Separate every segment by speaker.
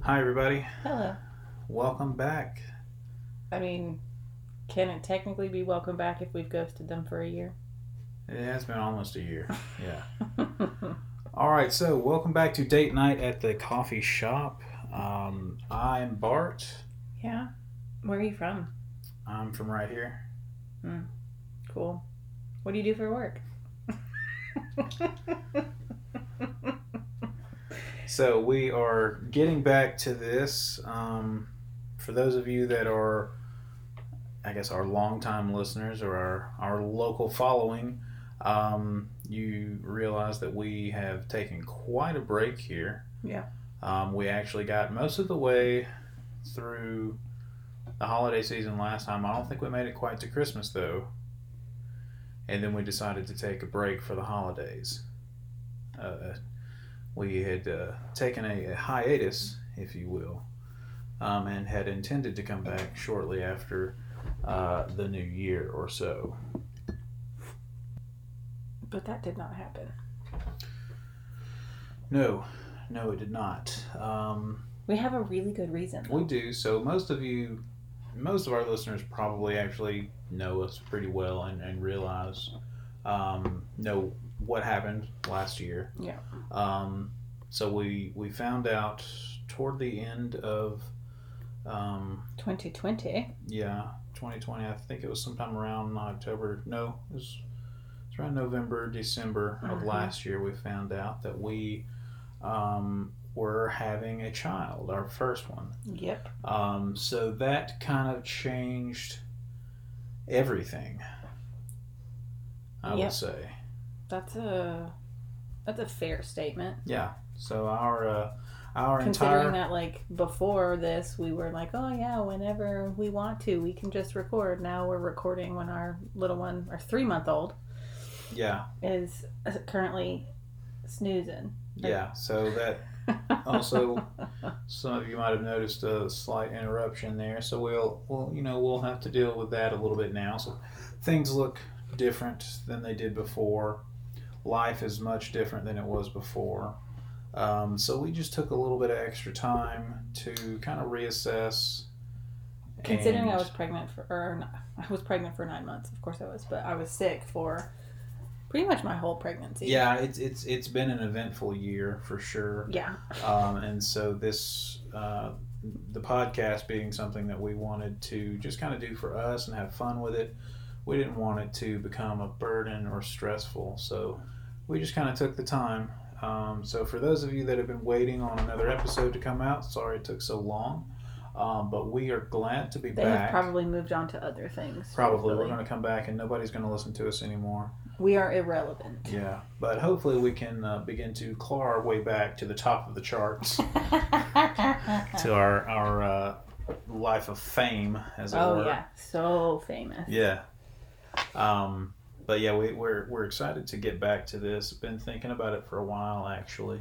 Speaker 1: Hi, everybody.
Speaker 2: Hello.
Speaker 1: Welcome back.
Speaker 2: I mean, can it technically be welcome back if we've ghosted them for a year?
Speaker 1: It has been almost a year. Yeah. All right. So, welcome back to date night at the coffee shop. Um, I'm Bart.
Speaker 2: yeah. Where are you from?
Speaker 1: I'm from right here.
Speaker 2: Cool. What do you do for work?
Speaker 1: So, we are getting back to this. Um, for those of you that are, I guess, our longtime listeners or our, our local following, um, you realize that we have taken quite a break here.
Speaker 2: Yeah.
Speaker 1: Um, we actually got most of the way through the holiday season last time. I don't think we made it quite to Christmas though. And then we decided to take a break for the holidays. Uh, we had uh, taken a, a hiatus, if you will, um, and had intended to come back shortly after uh, the new year or so.
Speaker 2: But that did not happen.
Speaker 1: No, no, it did not. Um,
Speaker 2: We have a really good reason.
Speaker 1: We do. So most of you, most of our listeners probably actually know us pretty well and, and realize, um, know what happened last year.
Speaker 2: Yeah.
Speaker 1: Um, so we we found out toward the end of, um,
Speaker 2: 2020.
Speaker 1: yeah, 2020. I think it was sometime around October. No, it was, it was around November, December of
Speaker 2: Mhm.
Speaker 1: last year. We found out that we um, were having a child, our first one.
Speaker 2: Yep.
Speaker 1: Um, so that kind of changed everything. I
Speaker 2: Yep.
Speaker 1: would say,
Speaker 2: That's a that's a fair statement.
Speaker 1: yeah. So our uh, our
Speaker 2: Considering
Speaker 1: entire
Speaker 2: that like before this we were like, "Oh yeah, whenever we want to, we can just record." Now we're recording when our little one, our 3-month-old
Speaker 1: yeah
Speaker 2: is uh, currently snoozing.
Speaker 1: yeah. So that also some of you might have noticed a slight interruption there. So we'll we'll you know we'll have to deal with that a little bit now. So things look different than they did before. Life is much different than it was before. Um, so we just took a little bit of extra time to kind of reassess.
Speaker 2: Considering I
Speaker 1: and-
Speaker 2: was pregnant for, or not, I was pregnant for nine months. Of course I was, but I was sick for pretty much my whole pregnancy.
Speaker 1: yeah, it's it's it's been an eventful year for sure.
Speaker 2: Yeah.
Speaker 1: Um, and so this, uh, the podcast being something that we wanted to just kind of do for us and have fun with it, we didn't want it to become a burden or stressful. So we just kind of took the time. Um, so for those of you that have been waiting on another episode to come out, sorry it took so long, um, but we are glad to be
Speaker 2: They have
Speaker 1: back.
Speaker 2: probably moved on to other things.
Speaker 1: Probably we're
Speaker 2: hopefully.
Speaker 1: going to come back and nobody's going to listen to us anymore.
Speaker 2: We are irrelevant.
Speaker 1: Yeah, but hopefully we can uh, begin to claw our way back to the top of the charts. to our our uh, life of fame, as it
Speaker 2: oh
Speaker 1: were.
Speaker 2: yeah, so famous.
Speaker 1: Yeah. Um, but yeah, we, we're we're excited to get back to this. Been thinking about it for a while, actually.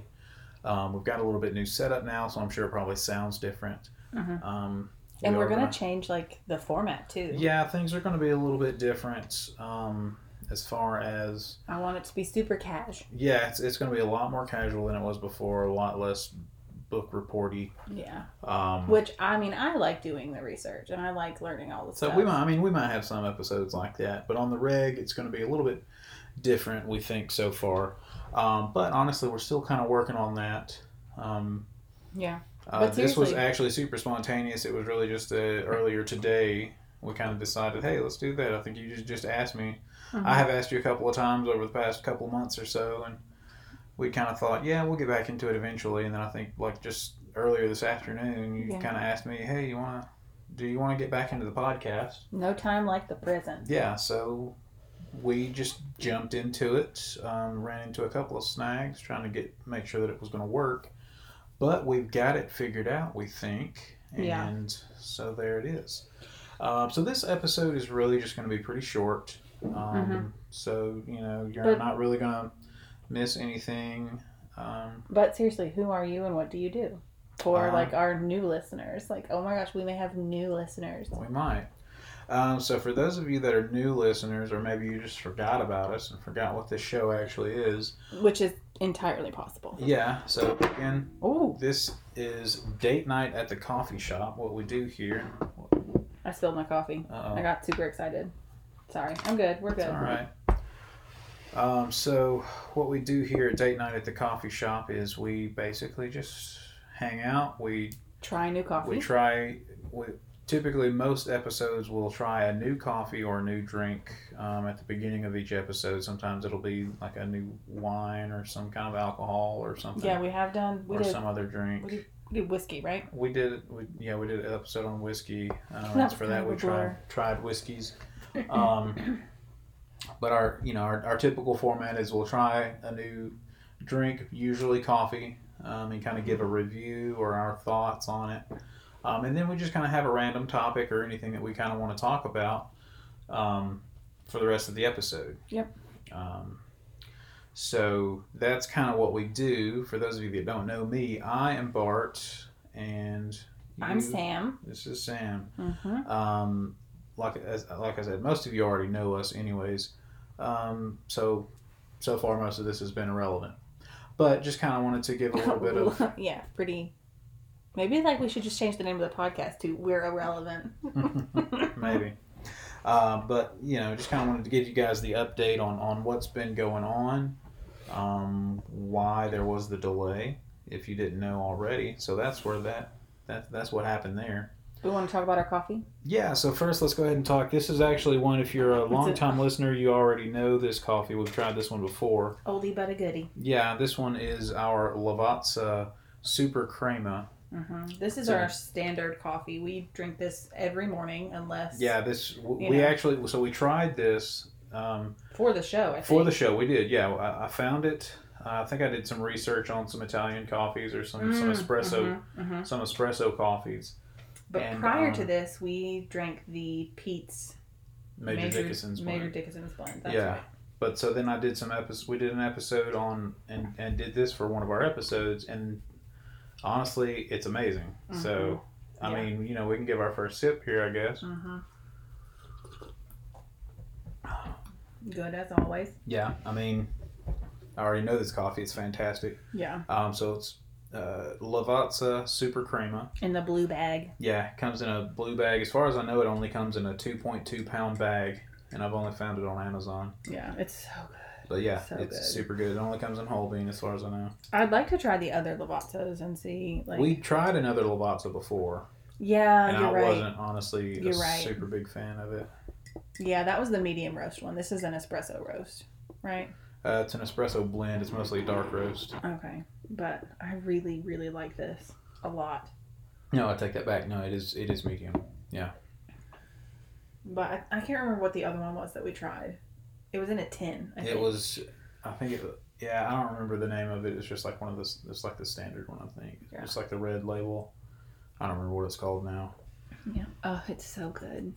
Speaker 1: Um, we've got a little bit new setup now, so I'm sure it probably sounds different.
Speaker 2: Mhm.
Speaker 1: Um, we
Speaker 2: And we
Speaker 1: are
Speaker 2: are gonna
Speaker 1: gonna-
Speaker 2: change like the format too.
Speaker 1: yeah, things are going to be a little bit different um, as far as
Speaker 2: I want it to be super cash.
Speaker 1: yeah, it's it's going to be a lot more casual than it was before. A lot less book reporty.
Speaker 2: Yeah.
Speaker 1: Um,
Speaker 2: Which I mean, I like doing the research and I like learning all the
Speaker 1: So
Speaker 2: stuff.
Speaker 1: we might, I mean, we might have some episodes like that, but on the reg, it's going to be a little bit different, we think, so far. Um, but honestly, we're still kind of working on that. Um,
Speaker 2: Yeah.
Speaker 1: uh,
Speaker 2: But
Speaker 1: this was
Speaker 2: seriously-
Speaker 1: actually super spontaneous. It was really just uh, earlier today we kind of decided, hey, let's do that. I think you just just asked me.
Speaker 2: Mhm.
Speaker 1: I have asked you a couple of times over the past couple months or so, and we kind of thought, yeah, we'll get back into it eventually. And then I think like just earlier this afternoon, you
Speaker 2: Yeah.
Speaker 1: kind of asked me, hey, you want to do you want to get back into the podcast?
Speaker 2: No time like the prison.
Speaker 1: yeah, so we just jumped into it. Um, ran into a couple of snags trying to get make sure that it was going to work, but we've got it figured out. We think, and
Speaker 2: Yeah.
Speaker 1: so there it is. Um, so this episode is really just going to be pretty short. Um,
Speaker 2: Mhm.
Speaker 1: So you know you're
Speaker 2: But-
Speaker 1: not really going to miss anything. Um,
Speaker 2: But seriously, who are you and what do you do? For
Speaker 1: Uh,
Speaker 2: like our new listeners, like oh my gosh, we may have new listeners.
Speaker 1: we might. Um, so, for those of you that are new listeners, or maybe you just forgot about us and forgot what this show actually is,
Speaker 2: which is entirely possible.
Speaker 1: yeah. So, again,
Speaker 2: Oh,
Speaker 1: this is date night at the coffee shop. What we do here.
Speaker 2: I spilled my coffee.
Speaker 1: Uh
Speaker 2: I got super excited. Sorry, I'm good. We're good.
Speaker 1: All right. Um, so, what we do here at date night at the coffee shop is we basically just hang out. We
Speaker 2: Try new coffee.
Speaker 1: we try. We typically most episodes will try a new coffee or a new drink um, at the beginning of each episode. Sometimes it'll be like a new wine or some kind of alcohol or something.
Speaker 2: yeah, we have done. We
Speaker 1: or
Speaker 2: did,
Speaker 1: some other drink.
Speaker 2: we did we did whiskey, right?
Speaker 1: We did, we, yeah, we did an episode on whiskey. Um,
Speaker 2: That was
Speaker 1: for that,
Speaker 2: kind
Speaker 1: we
Speaker 2: of a blur.
Speaker 1: tried tried whiskeys. Um, but our, you know, our, our typical format is we'll try a new drink, usually coffee, um, and kind of give a review or our thoughts on it. Um, and then we just kind of have a random topic or anything that we kind of want to talk about um, for the rest of the episode.
Speaker 2: Yep.
Speaker 1: Um, so that's kind of what we do. For those of you that don't know me, I am Bart, and
Speaker 2: I'm
Speaker 1: you-
Speaker 2: Sam.
Speaker 1: This is Sam.
Speaker 2: Mm-hmm.
Speaker 1: Um, like as, like I said, most of you already know us, anyways. Um, so so far, most of this has been irrelevant. But just kind of wanted to give a little bit of
Speaker 2: yeah, pretty. Maybe like we should just change the name of the podcast to "We're Irrelevant."
Speaker 1: maybe. Uh, but you know, just kind of wanted to give you guys the update on on what's been going on, um, why there was the delay, if you didn't know already. So that's where that that that's what happened there.
Speaker 2: We want to talk about our coffee.
Speaker 1: Yeah. So first, let's go ahead and talk. This is actually one. If you're a long time listener, you already know this coffee. We've tried this one before.
Speaker 2: Oldie but a goodie.
Speaker 1: Yeah, this one is our Lavazza Super Crema.
Speaker 2: Mm-hmm. This is
Speaker 1: So-
Speaker 2: our standard coffee. We drink this every morning, unless
Speaker 1: Yeah, this w-
Speaker 2: You
Speaker 1: we
Speaker 2: know.
Speaker 1: actually so we tried this. Um,
Speaker 2: for the show. I think.
Speaker 1: For the show, we did. Yeah, I, I found it. Uh, I think I did some research on some Italian coffees or some, some
Speaker 2: Mm,
Speaker 1: espresso
Speaker 2: mhm, mhm.
Speaker 1: some espresso coffees.
Speaker 2: But
Speaker 1: And,
Speaker 2: prior to
Speaker 1: um,
Speaker 2: this, we drank the Pete's
Speaker 1: Major, Dickinson's
Speaker 2: Major
Speaker 1: one.
Speaker 2: Dickinson's blend. That's
Speaker 1: Yeah.
Speaker 2: right.
Speaker 1: But so then I did some episodes. We did an episode on and and did this for one of our episodes, and honestly, it's amazing. So. I
Speaker 2: Mm-hmm. Yeah.
Speaker 1: mean, you know, we can give our first sip here, I guess.
Speaker 2: hmm Good as always.
Speaker 1: Yeah, I mean, I already know this coffee. It's fantastic.
Speaker 2: Yeah.
Speaker 1: Um, so it's uh, Lavazza Super Crema.
Speaker 2: In the blue bag.
Speaker 1: Yeah, it comes in a blue bag. As far as I know, it only comes in a 2.2 pound bag, and I've only found it on Amazon.
Speaker 2: Yeah, it's so good.
Speaker 1: But yeah,
Speaker 2: So
Speaker 1: it's
Speaker 2: good.
Speaker 1: super good. It only comes in whole bean, as far as I know.
Speaker 2: I'd like to try the other Lavazzos and see. Like,
Speaker 1: we tried another Lavazza before,
Speaker 2: yeah,
Speaker 1: and
Speaker 2: Oh, you're
Speaker 1: I
Speaker 2: right.
Speaker 1: wasn't honestly a
Speaker 2: You're right.
Speaker 1: super big fan of it.
Speaker 2: Yeah, that was the medium roast one. This is an espresso roast, right?
Speaker 1: Uh, it's an espresso blend. It's mostly dark roast.
Speaker 2: Okay, but I really, really like this a lot.
Speaker 1: No, I take that back. No, it is it is medium.
Speaker 2: But I, I can't remember what the other one was that we tried. It was in a tin. I
Speaker 1: It
Speaker 2: think.
Speaker 1: was, I think it. Yeah, I don't remember the name of it. It's just like one of this. It's like the standard one, I think.
Speaker 2: Yeah.
Speaker 1: It's like the red label. I don't remember what it's called now.
Speaker 2: Yeah. Oh, it's so good.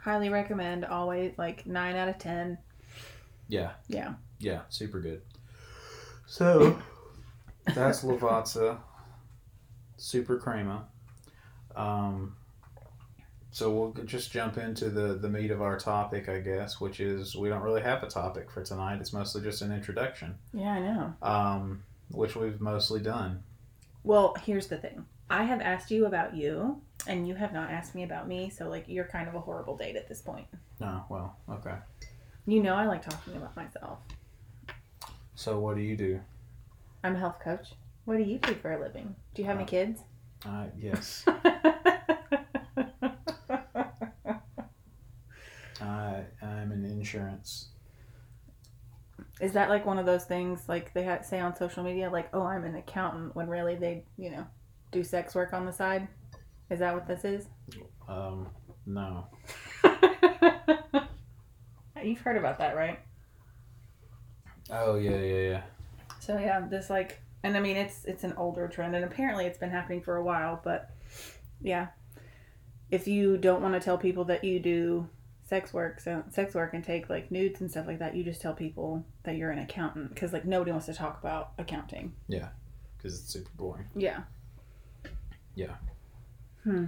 Speaker 2: Highly recommend. Always like nine out of ten.
Speaker 1: Yeah.
Speaker 2: Yeah.
Speaker 1: Yeah, super good. So that's Lavazza, super crema. Um, so we'll just jump into the the meat of our topic, I guess, which is we don't really have a topic for tonight. It's mostly just an introduction,
Speaker 2: Yeah, I know.
Speaker 1: um, which we've mostly done.
Speaker 2: Well, here's the thing. I have asked you about you, and you have not asked me about me. So like, you're kind of a horrible date at this point.
Speaker 1: Oh well, okay.
Speaker 2: You know, I like talking about myself.
Speaker 1: So what do you do?
Speaker 2: I'm a health coach. What do you do for a living? Do you have any
Speaker 1: Uh,
Speaker 2: kids?
Speaker 1: Uh, yes, I I'm in insurance.
Speaker 2: Is that like one of those things like they ha- say on social media, like, "Oh, I'm an accountant," when really they, you know, do sex work on the side? Is that what this is?
Speaker 1: Um, no,
Speaker 2: You've heard about that, right?
Speaker 1: Oh yeah, yeah, yeah.
Speaker 2: So yeah, this like, and I mean, it's it's an older trend, and apparently it's been happening for a while. But yeah, if you don't want to tell people that you do sex work, so sex work, and take like nudes and stuff like that, you just tell people that you're an accountant because like nobody wants to talk about accounting.
Speaker 1: Because it's super boring.
Speaker 2: Yeah.
Speaker 1: Yeah.
Speaker 2: Hmm.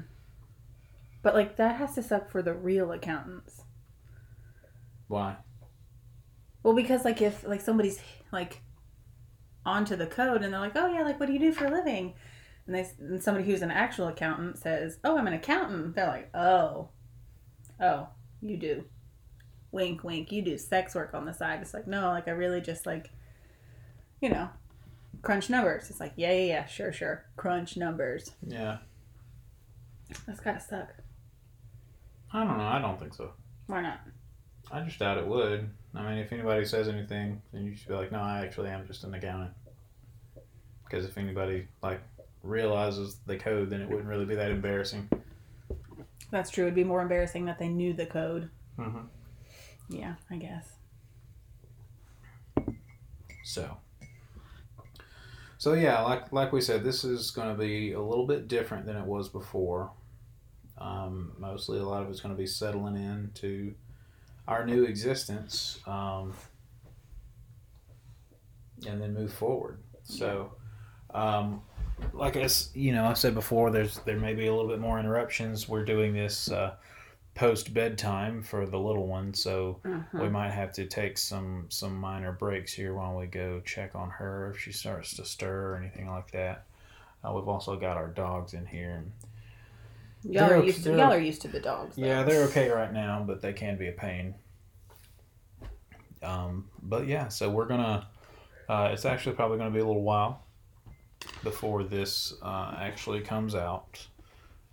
Speaker 2: But like that has to suck for the real accountants.
Speaker 1: Why?
Speaker 2: Well, because like if like somebody's like onto the code and they're like, "Oh yeah, like what do you do for a living?" And they and somebody who's an actual accountant says, "Oh, I'm an accountant." They're like, "Oh. Oh, you do. Wink, wink. You do sex work on the side." It's like, "No, like I really just like you know, crunch numbers." It's like, "Yeah, yeah, yeah, sure, sure. Crunch numbers."
Speaker 1: Yeah.
Speaker 2: That's got to suck.
Speaker 1: I don't know. I don't think so.
Speaker 2: Why not?
Speaker 1: I just doubt it would. I mean, if anybody says anything, then you should be like, no, I actually am just an accountant. Because if anybody like realizes the code, then it wouldn't really be that embarrassing.
Speaker 2: That's true. It'd be more embarrassing that they knew the code.
Speaker 1: Mm-hmm.
Speaker 2: Yeah, I guess.
Speaker 1: So. So yeah, like like we said, this is going to be a little bit different than it was before. Um, mostly, a lot of it's going to be settling into our new existence, um, and then move forward. So, um, like I s- you know I said before, there's there may be a little bit more interruptions. We're doing this uh, post bedtime for the little one, so
Speaker 2: Uh-huh.
Speaker 1: we might have to take some some minor breaks here while we go check on her if she starts to stir or anything like that. Uh, we've also got our dogs in here.
Speaker 2: Y'all
Speaker 1: They're
Speaker 2: are
Speaker 1: okay-
Speaker 2: used to
Speaker 1: they're-
Speaker 2: y'all are used to the dogs. though.
Speaker 1: Yeah, they're okay right now, but they can be a pain. Um, but yeah, so we're gonna. Uh, it's actually probably gonna be a little while before this uh, actually comes out.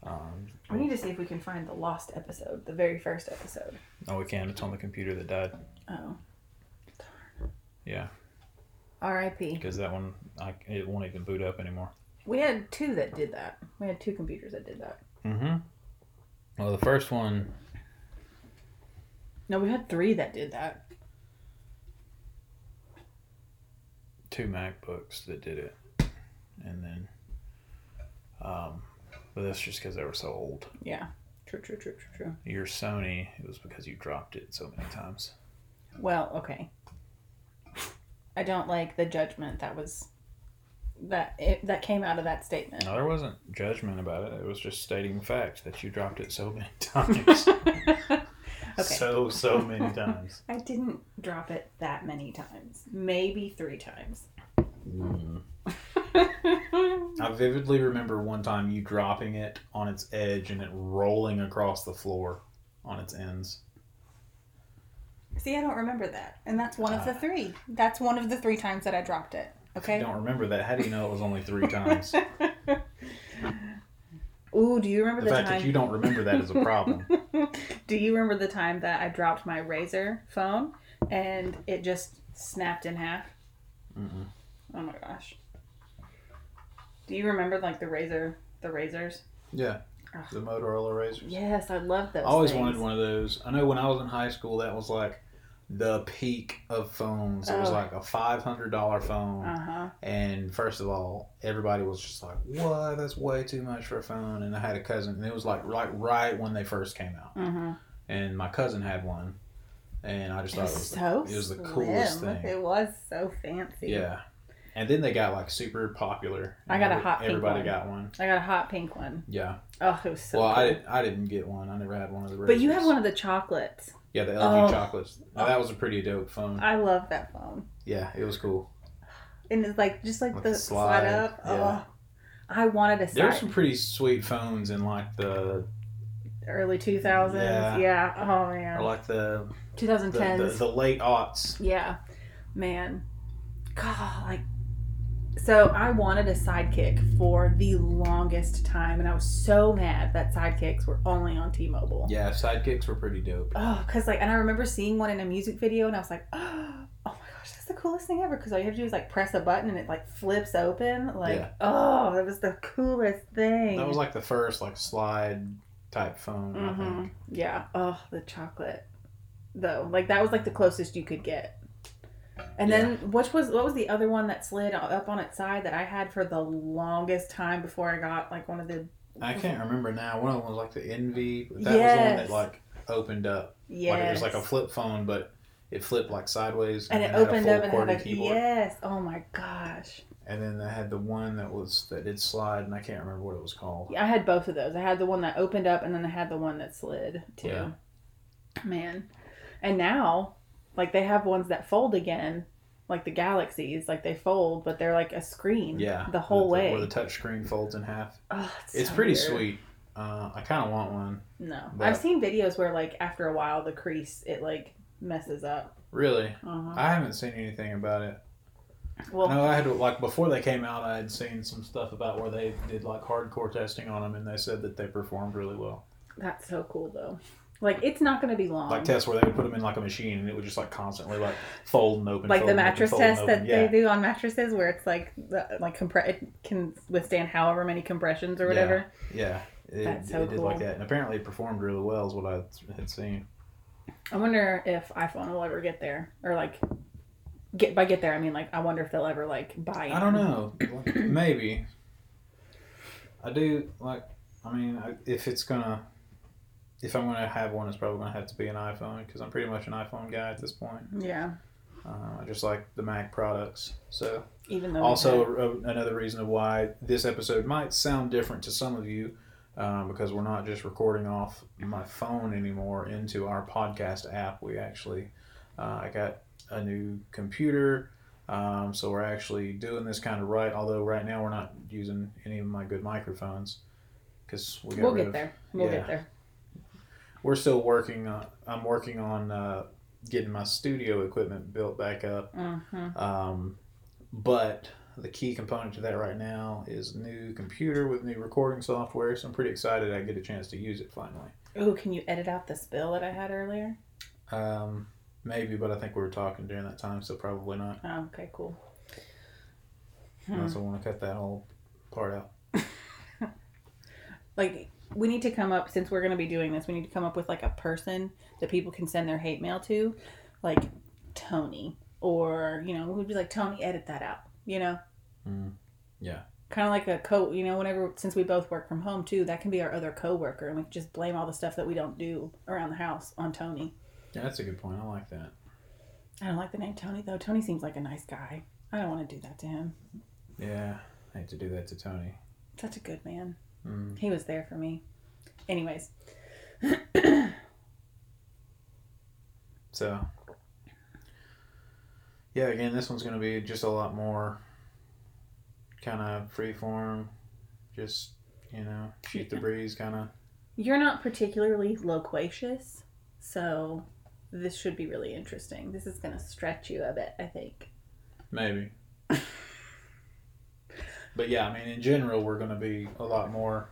Speaker 1: Um,
Speaker 2: We need to see if we can find the lost episode, the very first episode.
Speaker 1: oh, we can. It's on the computer that died.
Speaker 2: Oh.
Speaker 1: Yeah,
Speaker 2: R.I.P.
Speaker 1: because that one, I, it won't even boot up anymore.
Speaker 2: We had two that did that. We had two computers that did that.
Speaker 1: Mm-hmm. Well, the first one
Speaker 2: No, we had three that did that.
Speaker 1: two MacBooks that did it, and then, um, but that's just because they were so old.
Speaker 2: Yeah. True, true, true, true, true.
Speaker 1: Your Sony, it was because you dropped it so many times.
Speaker 2: Well, okay. I don't like the judgment that was that it, that came out of that statement.
Speaker 1: No, there wasn't judgment about it. It was just stating fact that you dropped it so many times,
Speaker 2: Okay.
Speaker 1: so so many times.
Speaker 2: I didn't drop it that many times. Maybe three times.
Speaker 1: I vividly remember one time you dropping it on its edge and it rolling across the floor on its ends.
Speaker 2: See, I don't remember that. And that's one
Speaker 1: Uh,
Speaker 2: of the three. That's one of the three times that I dropped it.
Speaker 1: I
Speaker 2: Okay.
Speaker 1: don't remember that. How do you know it was only three times?
Speaker 2: Ooh, do you remember
Speaker 1: The
Speaker 2: the,
Speaker 1: fact
Speaker 2: time?
Speaker 1: that you don't remember that is a problem.
Speaker 2: do you remember the time that I dropped my razor phone and it just snapped in half?
Speaker 1: Mm-mm.
Speaker 2: Oh my gosh. Do you remember like the razor, the razors?
Speaker 1: Yeah,
Speaker 2: Ugh.
Speaker 1: the Motorola Razors.
Speaker 2: Yes, I love those.
Speaker 1: I always
Speaker 2: things.
Speaker 1: wanted one of those. I know when I was in high school, that was like the peak of phones. It was
Speaker 2: Oh.
Speaker 1: like a five hundred dollar phone,
Speaker 2: Uh huh.
Speaker 1: and first of all, everybody was just like, "What? That's way too much for a phone." And I had a cousin, and it was like right right when they first came out,
Speaker 2: Uh huh.
Speaker 1: and my cousin had one, and I just
Speaker 2: It
Speaker 1: thought it
Speaker 2: was
Speaker 1: was,
Speaker 2: so.
Speaker 1: the, it was the
Speaker 2: slim.
Speaker 1: coolest thing.
Speaker 2: It was so fancy.
Speaker 1: yeah. And then they got like super popular.
Speaker 2: I got a
Speaker 1: Every-
Speaker 2: hot pink
Speaker 1: Everybody
Speaker 2: one.
Speaker 1: got one.
Speaker 2: I got a hot pink one.
Speaker 1: Yeah.
Speaker 2: Oh, it was so.
Speaker 1: well,
Speaker 2: cool.
Speaker 1: I I didn't get one. I never had one of the.
Speaker 2: But you
Speaker 1: Razors.
Speaker 2: have one of the chocolates.
Speaker 1: Yeah, the LG
Speaker 2: Oh.
Speaker 1: chocolates. Now, that was a pretty dope phone.
Speaker 2: I love that phone.
Speaker 1: Yeah, it was cool.
Speaker 2: And it's like just like
Speaker 1: Like
Speaker 2: the
Speaker 1: the
Speaker 2: slide,
Speaker 1: slide,
Speaker 2: up.
Speaker 1: yeah.
Speaker 2: Oh, I wanted a
Speaker 1: There were
Speaker 2: slide.
Speaker 1: some pretty sweet phones in like the
Speaker 2: Early two thousands.
Speaker 1: Yeah.
Speaker 2: Yeah. Oh
Speaker 1: or
Speaker 2: man.
Speaker 1: like the
Speaker 2: Two
Speaker 1: the,
Speaker 2: thousand
Speaker 1: the,
Speaker 2: tens.
Speaker 1: the late aughts.
Speaker 2: Yeah. Man. God, like. So I wanted a sidekick for the longest time, and I was so mad that sidekicks were only on T-Mobile.
Speaker 1: Yeah, sidekicks were pretty dope.
Speaker 2: Oh, cause like, and I remember seeing one in a music video, and I was like, oh my gosh, that's the coolest thing ever. Cause all you have to do is like press a button, and it like flips open. Like,
Speaker 1: Yeah.
Speaker 2: oh, that was the coolest thing.
Speaker 1: That was like the first like slide type phone. I
Speaker 2: hmm
Speaker 1: think.
Speaker 2: Yeah. Oh, the chocolate, though. Like that was like the closest you could get. And then which was what was the other one that slid up on its side that I had for the longest time before I got like one of the
Speaker 1: I can't remember now. One of them was like the Envy. But that was the one that
Speaker 2: Yes.
Speaker 1: like opened up.
Speaker 2: yes.
Speaker 1: Like it was like a flip phone, but it flipped like sideways
Speaker 2: and it
Speaker 1: then had a
Speaker 2: opened
Speaker 1: full
Speaker 2: up and had
Speaker 1: QWERTY
Speaker 2: a yes. Oh my gosh!
Speaker 1: And then they had the one that was that did slide, and I can't remember what it was called.
Speaker 2: Yeah, I had both of those. I had the one that opened up, and then I had the one that slid too.
Speaker 1: Yeah.
Speaker 2: Man, and now, like they have ones that fold again, like the galaxies, like they fold, but they're like a screen.
Speaker 1: Yeah, uh,
Speaker 2: the whole
Speaker 1: where the-
Speaker 2: way.
Speaker 1: Where the touch screen folds in half.
Speaker 2: Oh,
Speaker 1: It's
Speaker 2: so
Speaker 1: pretty
Speaker 2: weird.
Speaker 1: sweet. Uh, I kind of want one.
Speaker 2: No,
Speaker 1: But-
Speaker 2: I've seen videos where like after a while the crease it like messes up.
Speaker 1: Really,
Speaker 2: Uh-huh.
Speaker 1: I haven't seen anything about it.
Speaker 2: Well,
Speaker 1: no, I had to, like before they came out, I had seen some stuff about where they did like hardcore testing on them, and they said that they performed really well.
Speaker 2: that's so cool though. Like it's not going to be long.
Speaker 1: Like tests where they would put them in like a machine, and it would just like constantly like fold and open.
Speaker 2: like
Speaker 1: fold
Speaker 2: the
Speaker 1: and open,
Speaker 2: mattress
Speaker 1: fold and
Speaker 2: test
Speaker 1: open.
Speaker 2: that
Speaker 1: yeah.
Speaker 2: they do on mattresses where it's like the, like compre- it can withstand however many compressions or
Speaker 1: Yeah.
Speaker 2: whatever
Speaker 1: Yeah, it,
Speaker 2: That's so
Speaker 1: it did like
Speaker 2: cool.
Speaker 1: that, and apparently it performed really well, is what I had seen.
Speaker 2: i wonder if iphone will ever get there or like get by get there i mean like i wonder if they'll ever like buy
Speaker 1: I don't know, maybe. I do like. I mean, I- if it's gonna, if I'm gonna have one, it's probably gonna have to be an iPhone because I'm pretty much an iPhone guy at this point.
Speaker 2: in. yeah
Speaker 1: Uh, I just like the Mac products, so.
Speaker 2: even though we
Speaker 1: also
Speaker 2: had-
Speaker 1: a- another reason of why this episode might sound different to some of you um, because we're not just recording off my phone anymore into our podcast app we actually uh, i got a new computer um, so we're actually doing this kind of right although right now we're not using any of my good microphones because we got
Speaker 2: we'll
Speaker 1: rid
Speaker 2: get
Speaker 1: of,
Speaker 2: there we'll
Speaker 1: yeah.
Speaker 2: get there
Speaker 1: we're still working on i'm working on uh, getting my studio equipment built back up
Speaker 2: hmm
Speaker 1: um, but the key component to that right now is new computer with new recording software. So I'm pretty excited I get a chance to use it finally.
Speaker 2: oh can you edit out the spill that i had earlier
Speaker 1: Um, maybe, but I think we were talking during that time, so probably not.
Speaker 2: oh okay cool
Speaker 1: I
Speaker 2: Hmm.
Speaker 1: also want to cut that whole part out.
Speaker 2: like we need to come up since we're going to be doing this we need to come up with like a person that people can send their hate mail to like tony or you know we'd be like tony edit that out you know
Speaker 1: Mm.
Speaker 2: kind of like a co you know whenever since we both work from home too that can be our other coworker and we can just blame all the stuff that we don't do around the house on tony
Speaker 1: Yeah, that's a good point. I like that.
Speaker 2: i don't like the name tony though tony seems like a nice guy i don't want to do that to him
Speaker 1: Yeah, I hate to do that to Tony.
Speaker 2: such a good man
Speaker 1: Mm.
Speaker 2: he was there for me anyways
Speaker 1: So, yeah, again, this one's going to be just a lot more kind of freeform, just, you know, shoot the breeze kind of.
Speaker 2: You're not particularly loquacious, so this should be really interesting. This is going to stretch you a bit, I think.
Speaker 1: Maybe. but yeah, I mean, in general, we're going to be a lot more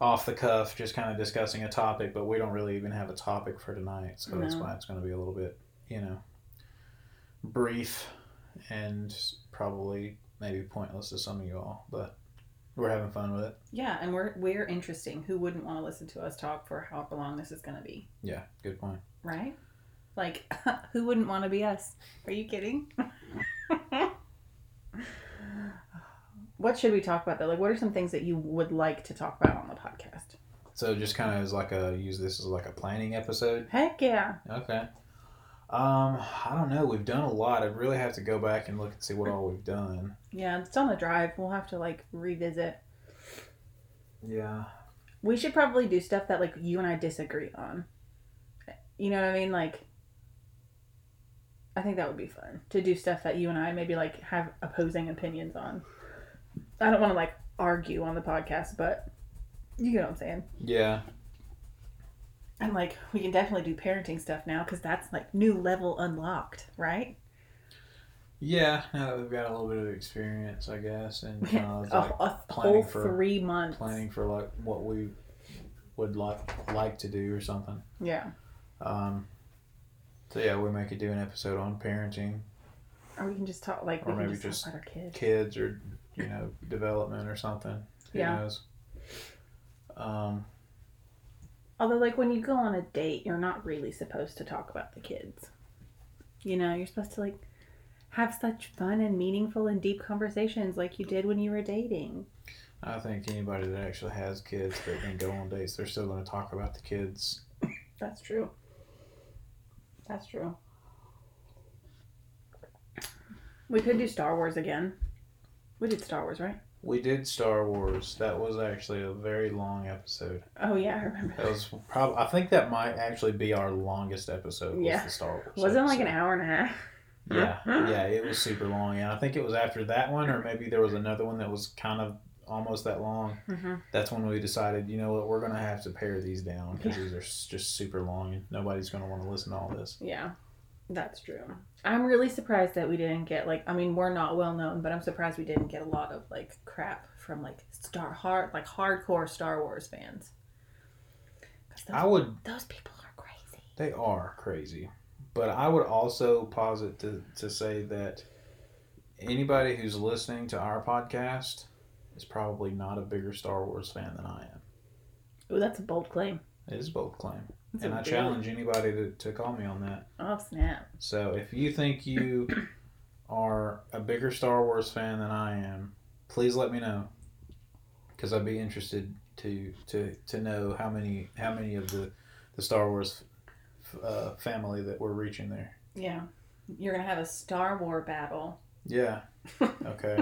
Speaker 1: off the cuff, just kind of discussing a topic, but we don't really even have a topic for tonight. So that's
Speaker 2: No.
Speaker 1: why it's going to be a little bit, you know, brief and probably maybe pointless to some of you all, but we're having fun with it.
Speaker 2: Yeah, and we're we're interesting. Who wouldn't want to listen to us talk for however long this is going to be,
Speaker 1: Yeah, good point.
Speaker 2: right? Like, who wouldn't want to be us? Are you kidding? what should we talk about though? Like, what are some things that you would like to talk about on the podcast?
Speaker 1: So just kind of as like a use this as like a planning episode.
Speaker 2: Heck yeah!
Speaker 1: Okay. Um, I don't know. We've done a lot. I really have to go back and look and see what all we've done.
Speaker 2: Yeah, it's on the drive. We'll have to like revisit
Speaker 1: Yeah.
Speaker 2: we should probably do stuff that like you and I disagree on. You know what I mean? Like I think that would be fun to do stuff that you and I maybe like have opposing opinions on. I don't want to like argue on the podcast, but you get what I'm saying.
Speaker 1: Yeah.
Speaker 2: And like we can definitely do parenting stuff now cuz that's like new level unlocked, right?
Speaker 1: Yeah. Now that we've got a little bit of experience, I guess, and
Speaker 2: We had
Speaker 1: uh, it's
Speaker 2: a,
Speaker 1: like
Speaker 2: a
Speaker 1: planning
Speaker 2: whole
Speaker 1: for-
Speaker 2: 3 months.
Speaker 1: planning for like what we would like like to do or something.
Speaker 2: Yeah.
Speaker 1: Um, so yeah, we might could do an episode on parenting
Speaker 2: Or we can just talk like we
Speaker 1: Or
Speaker 2: can
Speaker 1: maybe
Speaker 2: just,
Speaker 1: just
Speaker 2: talk about our kids.
Speaker 1: kids or you know development or something. Who
Speaker 2: Yeah.
Speaker 1: knows? Um,
Speaker 2: Although, like, when you go on a date, you're not really supposed to talk about the kids. You know, you're supposed to, like, have such fun and meaningful and deep conversations like you did when you were dating.
Speaker 1: I think anybody that actually has kids that can go on dates, they're still going to talk about the kids.
Speaker 2: That's true. That's true. We could do Star Wars again. We did Star Wars, right?
Speaker 1: We did Star Wars. That was actually a very long episode.
Speaker 2: Oh yeah, I remember.
Speaker 1: That was probably. I think that might actually be our longest episode. Was
Speaker 2: Yeah.
Speaker 1: the Star Wars.
Speaker 2: Wasn't it like an
Speaker 1: episode.
Speaker 2: hour and a half.
Speaker 1: Yeah, yeah, it was super long, and I think it was after that one, or maybe there was another one that was kind of almost that long.
Speaker 2: hmm
Speaker 1: That's when we decided, you know what, we're gonna have to pare these down because these are s- just super long, and nobody's gonna want to listen to all this.
Speaker 2: Yeah, that's true. I'm really surprised that we didn't get like. I mean, we're not well known, but I'm surprised we didn't get a lot of like crap from like star hard like hardcore Star Wars fans. 'Cause those,
Speaker 1: I would.
Speaker 2: those people are crazy.
Speaker 1: They are crazy, but I would also posit to to say that anybody who's listening to our podcast is probably not a bigger Star Wars fan than I am.
Speaker 2: Oh, that's a bold claim.
Speaker 1: It is both claim,
Speaker 2: That's
Speaker 1: and
Speaker 2: a
Speaker 1: I
Speaker 2: bold-
Speaker 1: challenge anybody to, to call me on that.
Speaker 2: Oh snap!
Speaker 1: So if you think you are a bigger Star Wars fan than I am, please let me know, because I'd be interested to to to know how many how many of the the Star Wars uh, family that we're reaching there.
Speaker 2: Yeah, you're gonna have a Star War battle.
Speaker 1: Yeah. Okay.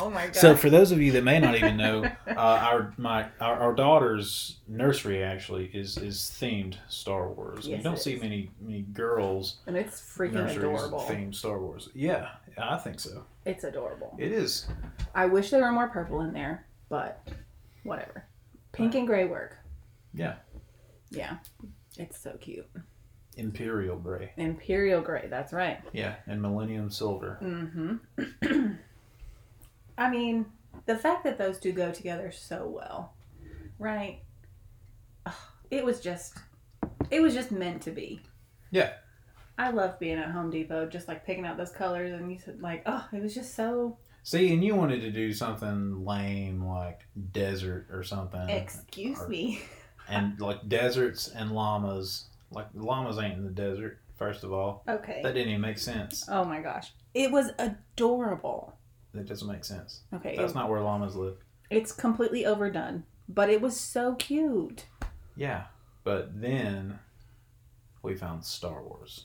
Speaker 2: Oh my god!
Speaker 1: so for those of you that may not even know, uh, our my our, our daughter's nursery actually is is themed Star Wars.
Speaker 2: Yes,
Speaker 1: you don't
Speaker 2: it
Speaker 1: see
Speaker 2: is.
Speaker 1: many many girls
Speaker 2: and it's freaking
Speaker 1: nurseries
Speaker 2: adorable.
Speaker 1: themed Star Wars. Yeah, I think so.
Speaker 2: It's adorable.
Speaker 1: It is
Speaker 2: I wish there were more purple in there, but whatever. Pink and gray work.
Speaker 1: Yeah.
Speaker 2: Yeah. It's so cute.
Speaker 1: Imperial Gray.
Speaker 2: Imperial gray, that's right.
Speaker 1: Yeah, and Millennium Silver.
Speaker 2: Mm-hmm. I mean, the fact that those two go together so well, right? Ugh, It was just it was just meant to be.
Speaker 1: Yeah.
Speaker 2: I love being at Home Depot, just like picking out those colors and you said like, oh, it was just so
Speaker 1: See, and you wanted to do something lame like desert or something.
Speaker 2: excuse
Speaker 1: Or-
Speaker 2: me.
Speaker 1: And like deserts and llamas. Like llamas ain't in the desert, first of all.
Speaker 2: Okay.
Speaker 1: That didn't even make sense.
Speaker 2: Oh my gosh. It was adorable.
Speaker 1: That doesn't make sense.
Speaker 2: Okay. it-
Speaker 1: That's not where llamas live.
Speaker 2: It's completely overdone, but it was so cute.
Speaker 1: Yeah. But then we found Star Wars.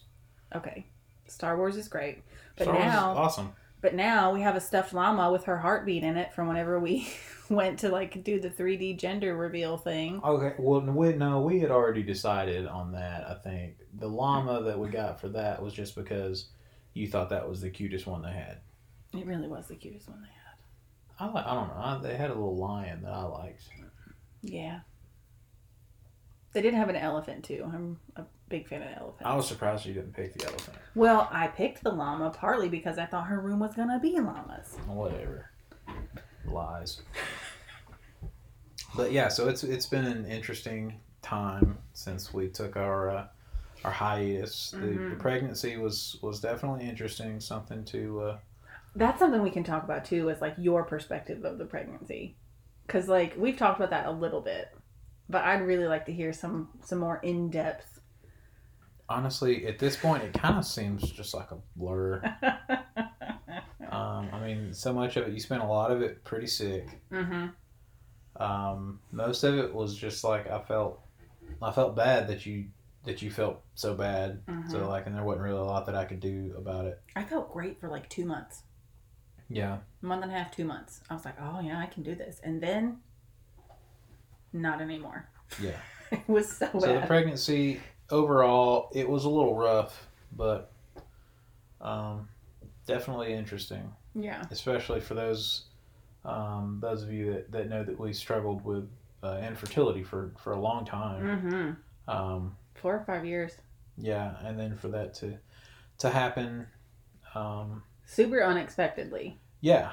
Speaker 2: Okay. Star Wars is great. But
Speaker 1: Star
Speaker 2: now
Speaker 1: Wars is awesome.
Speaker 2: but now we have a stuffed llama with her heartbeat in it from whenever we went to like do the 3D gender reveal thing.
Speaker 1: Okay, well, we, no, we had already decided on that. I think the llama that we got for that was just because you thought that was the cutest one they had.
Speaker 2: It really was the cutest one they
Speaker 1: I like, I don't know. I, they had a little lion that I liked.
Speaker 2: had. Yeah. They did have an elephant too. I'm a big fan of elephants.
Speaker 1: I was surprised you didn't pick the elephant.
Speaker 2: well, I picked the llama partly because I thought her room was going to be llamas.
Speaker 1: Whatever, lies. But yeah, so it's it's been an interesting time since we took our uh, our hiatus. The, the
Speaker 2: Mhm.
Speaker 1: pregnancy was was definitely interesting. Something to. Uh,
Speaker 2: that's something we can talk about too is like your perspective of the pregnancy because like we've talked about that a little bit but i'd really like to hear some some more in-depth
Speaker 1: honestly, at this point, it kind of seems just like a blur. Um, I mean, so much of it, you spent a lot of it pretty sick.
Speaker 2: mm-hmm.
Speaker 1: Um, most of it was just like I felt, I felt bad that you that you felt so bad.
Speaker 2: mm-hmm.
Speaker 1: So like, and there wasn't really a lot that I could do about it.
Speaker 2: i felt great for like two months
Speaker 1: Yeah,
Speaker 2: month and a half two months i was like oh yeah i can do this and then not anymore
Speaker 1: yeah.
Speaker 2: it was so
Speaker 1: So the
Speaker 2: bad
Speaker 1: pregnancy overall, it was a little rough, but um, definitely interesting.
Speaker 2: yeah
Speaker 1: especially for those um, those of you that, that know that we struggled with uh, infertility for, for a long time.
Speaker 2: mm-hmm.
Speaker 1: Um,
Speaker 2: four or five years
Speaker 1: yeah, and then for that to to happen, um,
Speaker 2: super unexpectedly
Speaker 1: yeah,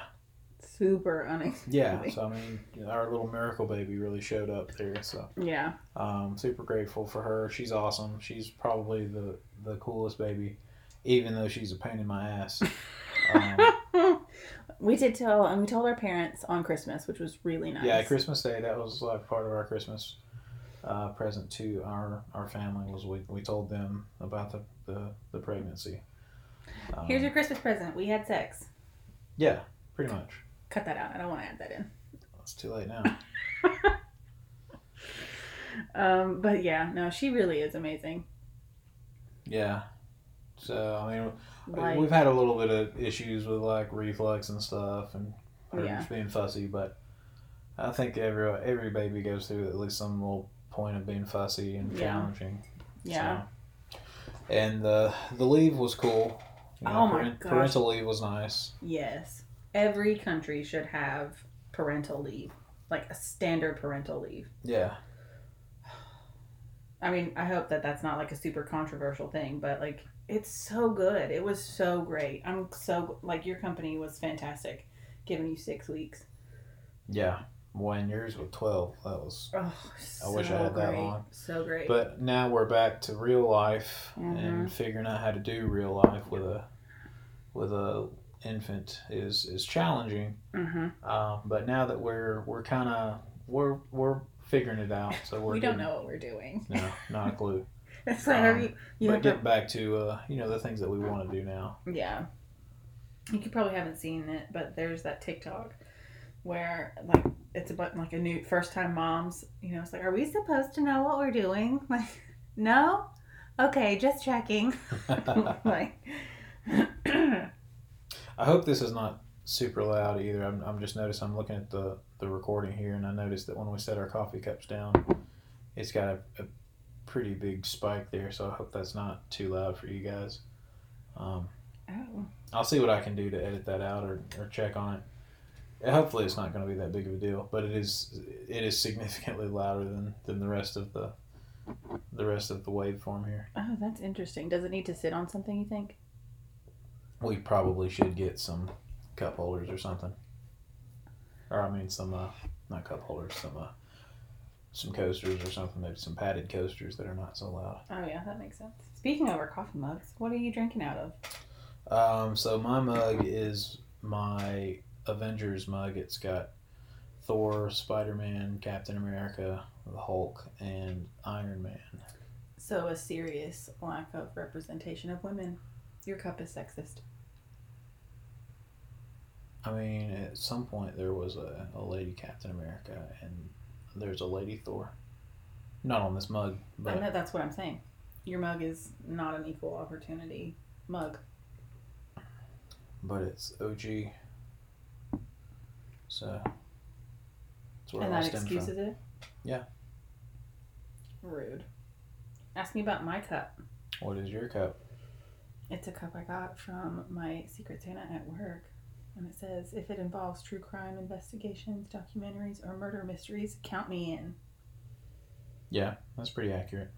Speaker 2: super unex.
Speaker 1: yeah.
Speaker 2: Really?
Speaker 1: So I mean, our little miracle baby really showed up there. So
Speaker 2: yeah
Speaker 1: um, super grateful for her. She's awesome. She's probably the the coolest baby, even though she's a pain in my ass. Um,
Speaker 2: we did tell and we told our parents on christmas which was really nice
Speaker 1: Yeah, Christmas Day. That was like part of our Christmas uh, present to our our family was we, we told them about the the, the pregnancy. Um,
Speaker 2: Here's your Christmas present. We had sex.
Speaker 1: yeah, pretty much.
Speaker 2: Cut that out. I don't want to add that in.
Speaker 1: It's too late now.
Speaker 2: Um, but yeah, no, she really is amazing.
Speaker 1: yeah, So I mean,
Speaker 2: Like,
Speaker 1: we've had a little bit of issues with like reflux and stuff, and her
Speaker 2: Yeah.
Speaker 1: just being fussy. But I think every every baby goes through at least some little point of being fussy and
Speaker 2: Yeah.
Speaker 1: challenging.
Speaker 2: yeah.
Speaker 1: So. And the the leave was cool. You
Speaker 2: Oh my gosh.
Speaker 1: Parental leave was nice.
Speaker 2: Yes. Every country should have parental leave, like a standard parental leave.
Speaker 1: Yeah.
Speaker 2: I mean, I hope that that's not like a super controversial thing, but like it's so good. It was so great. I'm so like your company was fantastic, giving you six weeks.
Speaker 1: Yeah. One yours with twelve. That was.
Speaker 2: Oh, so
Speaker 1: wish I had
Speaker 2: great.
Speaker 1: that long.
Speaker 2: So great.
Speaker 1: But now we're back to real life
Speaker 2: Mm-hmm.
Speaker 1: and figuring out how to do real life with a with a infant is is challenging.
Speaker 2: mm-hmm.
Speaker 1: Um, but now that we're we're kind of we're we're figuring it out, so we're
Speaker 2: we don't
Speaker 1: getting-
Speaker 2: know what we're doing.
Speaker 1: No, not a clue.
Speaker 2: It's like have
Speaker 1: Um,
Speaker 2: you, you
Speaker 1: but
Speaker 2: have
Speaker 1: getting back to uh, you know the things that we want to do now.
Speaker 2: Yeah. You could probably haven't seen it, but there's that TikTok where like it's about like a new first time moms, you know, it's like, Are we supposed to know what we're doing? Like, no? Okay, just checking. like
Speaker 1: I hope this is not super loud either. I'm, I'm just noticed I'm looking at the the recording here, and I noticed that when we set our coffee cups down, it's got a, a pretty big spike there. So I hope that's not too loud for you guys. Um,
Speaker 2: Oh.
Speaker 1: I'll see what I can do to edit that out or, or check on it. And Hopefully, it's not going to be that big of a deal, but it is it is significantly louder than, than the rest of the the rest of the waveform here.
Speaker 2: Oh, that's interesting. Does it need to sit on something you think?
Speaker 1: We probably should get some cup holders or something, or I mean some uh, not cup holders, some uh, some coasters or something. Maybe some padded coasters that are not so loud.
Speaker 2: Oh yeah, that makes sense. Speaking of our coffee mugs, what are you drinking out of?
Speaker 1: Um, so my mug is my Avengers mug. It's got Thor, Spider Man, Captain America, the Hulk, and Iron Man.
Speaker 2: So a serious lack of representation of women. Your cup is sexist.
Speaker 1: I mean, at some point there was a, a lady Captain America, and there's a lady Thor. Not on this mug,
Speaker 2: I
Speaker 1: but
Speaker 2: know that's what I'm saying. Your mug is not an equal opportunity mug.
Speaker 1: but it's OG. So that's where
Speaker 2: and
Speaker 1: it all
Speaker 2: that
Speaker 1: stems from.
Speaker 2: excuses it?
Speaker 1: Yeah.
Speaker 2: Rude. Ask me about my cup.
Speaker 1: What is your cup?
Speaker 2: It's a cup I got from my Secret Santa at work. And it says, if it involves true crime investigations, documentaries, or murder mysteries, count me in.
Speaker 1: Yeah, that's pretty accurate.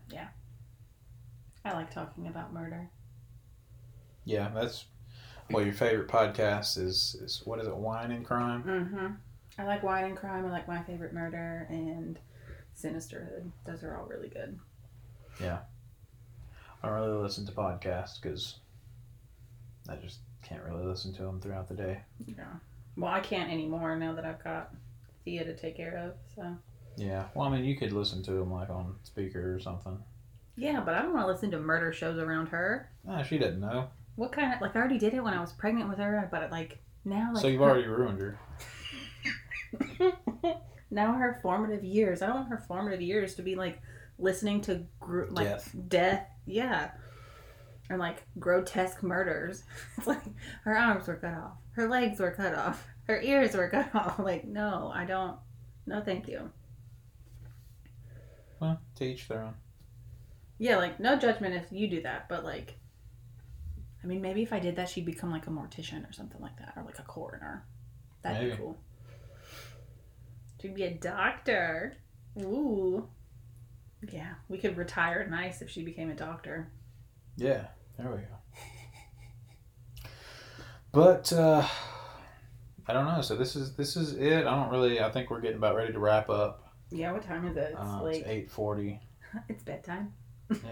Speaker 2: I like talking about murder.
Speaker 1: Yeah, that's well. Your favorite podcast is is what is it? Wine and crime.
Speaker 2: Mm-hmm. I like wine and crime. I like my favorite murder and sinisterhood. Those are all really good.
Speaker 1: I don't really listen to podcasts because I just can't really listen to them throughout the day.
Speaker 2: Yeah. Well, I can't anymore now that I've got Thea to take care of. So.
Speaker 1: Yeah, well, I mean, you could listen to them like on speaker or something.
Speaker 2: Yeah, but I don't want to listen to murder shows around her.
Speaker 1: Nah, Ah, she didn't know.
Speaker 2: What kind of like I already did it when I was pregnant with her, but like now like
Speaker 1: so you've
Speaker 2: her-
Speaker 1: already ruined her.
Speaker 2: now her formative years. I don't want her formative years to be like listening to gr- like
Speaker 1: Death.
Speaker 2: death. Yeah. And like grotesque murders. It's like her arms were cut off, her legs were cut off, her ears were cut off. Like no, I don't. No, thank you.
Speaker 1: Well, to each their own.
Speaker 2: Yeah, like no judgment if you do that, but like, I mean, maybe if I did that, she'd become like a mortician or something like that, or like a coroner. That'd
Speaker 1: Maybe.
Speaker 2: be cool. She'd be a doctor. Ooh. Yeah, we could retire nice if she became a doctor.
Speaker 1: Yeah, there we go. But uh, I don't know. So this is this is it. I don't really. I think we're getting about ready to wrap up.
Speaker 2: Yeah, what time is it? It's
Speaker 1: Uh,
Speaker 2: like
Speaker 1: it's eight forty.
Speaker 2: it's bedtime.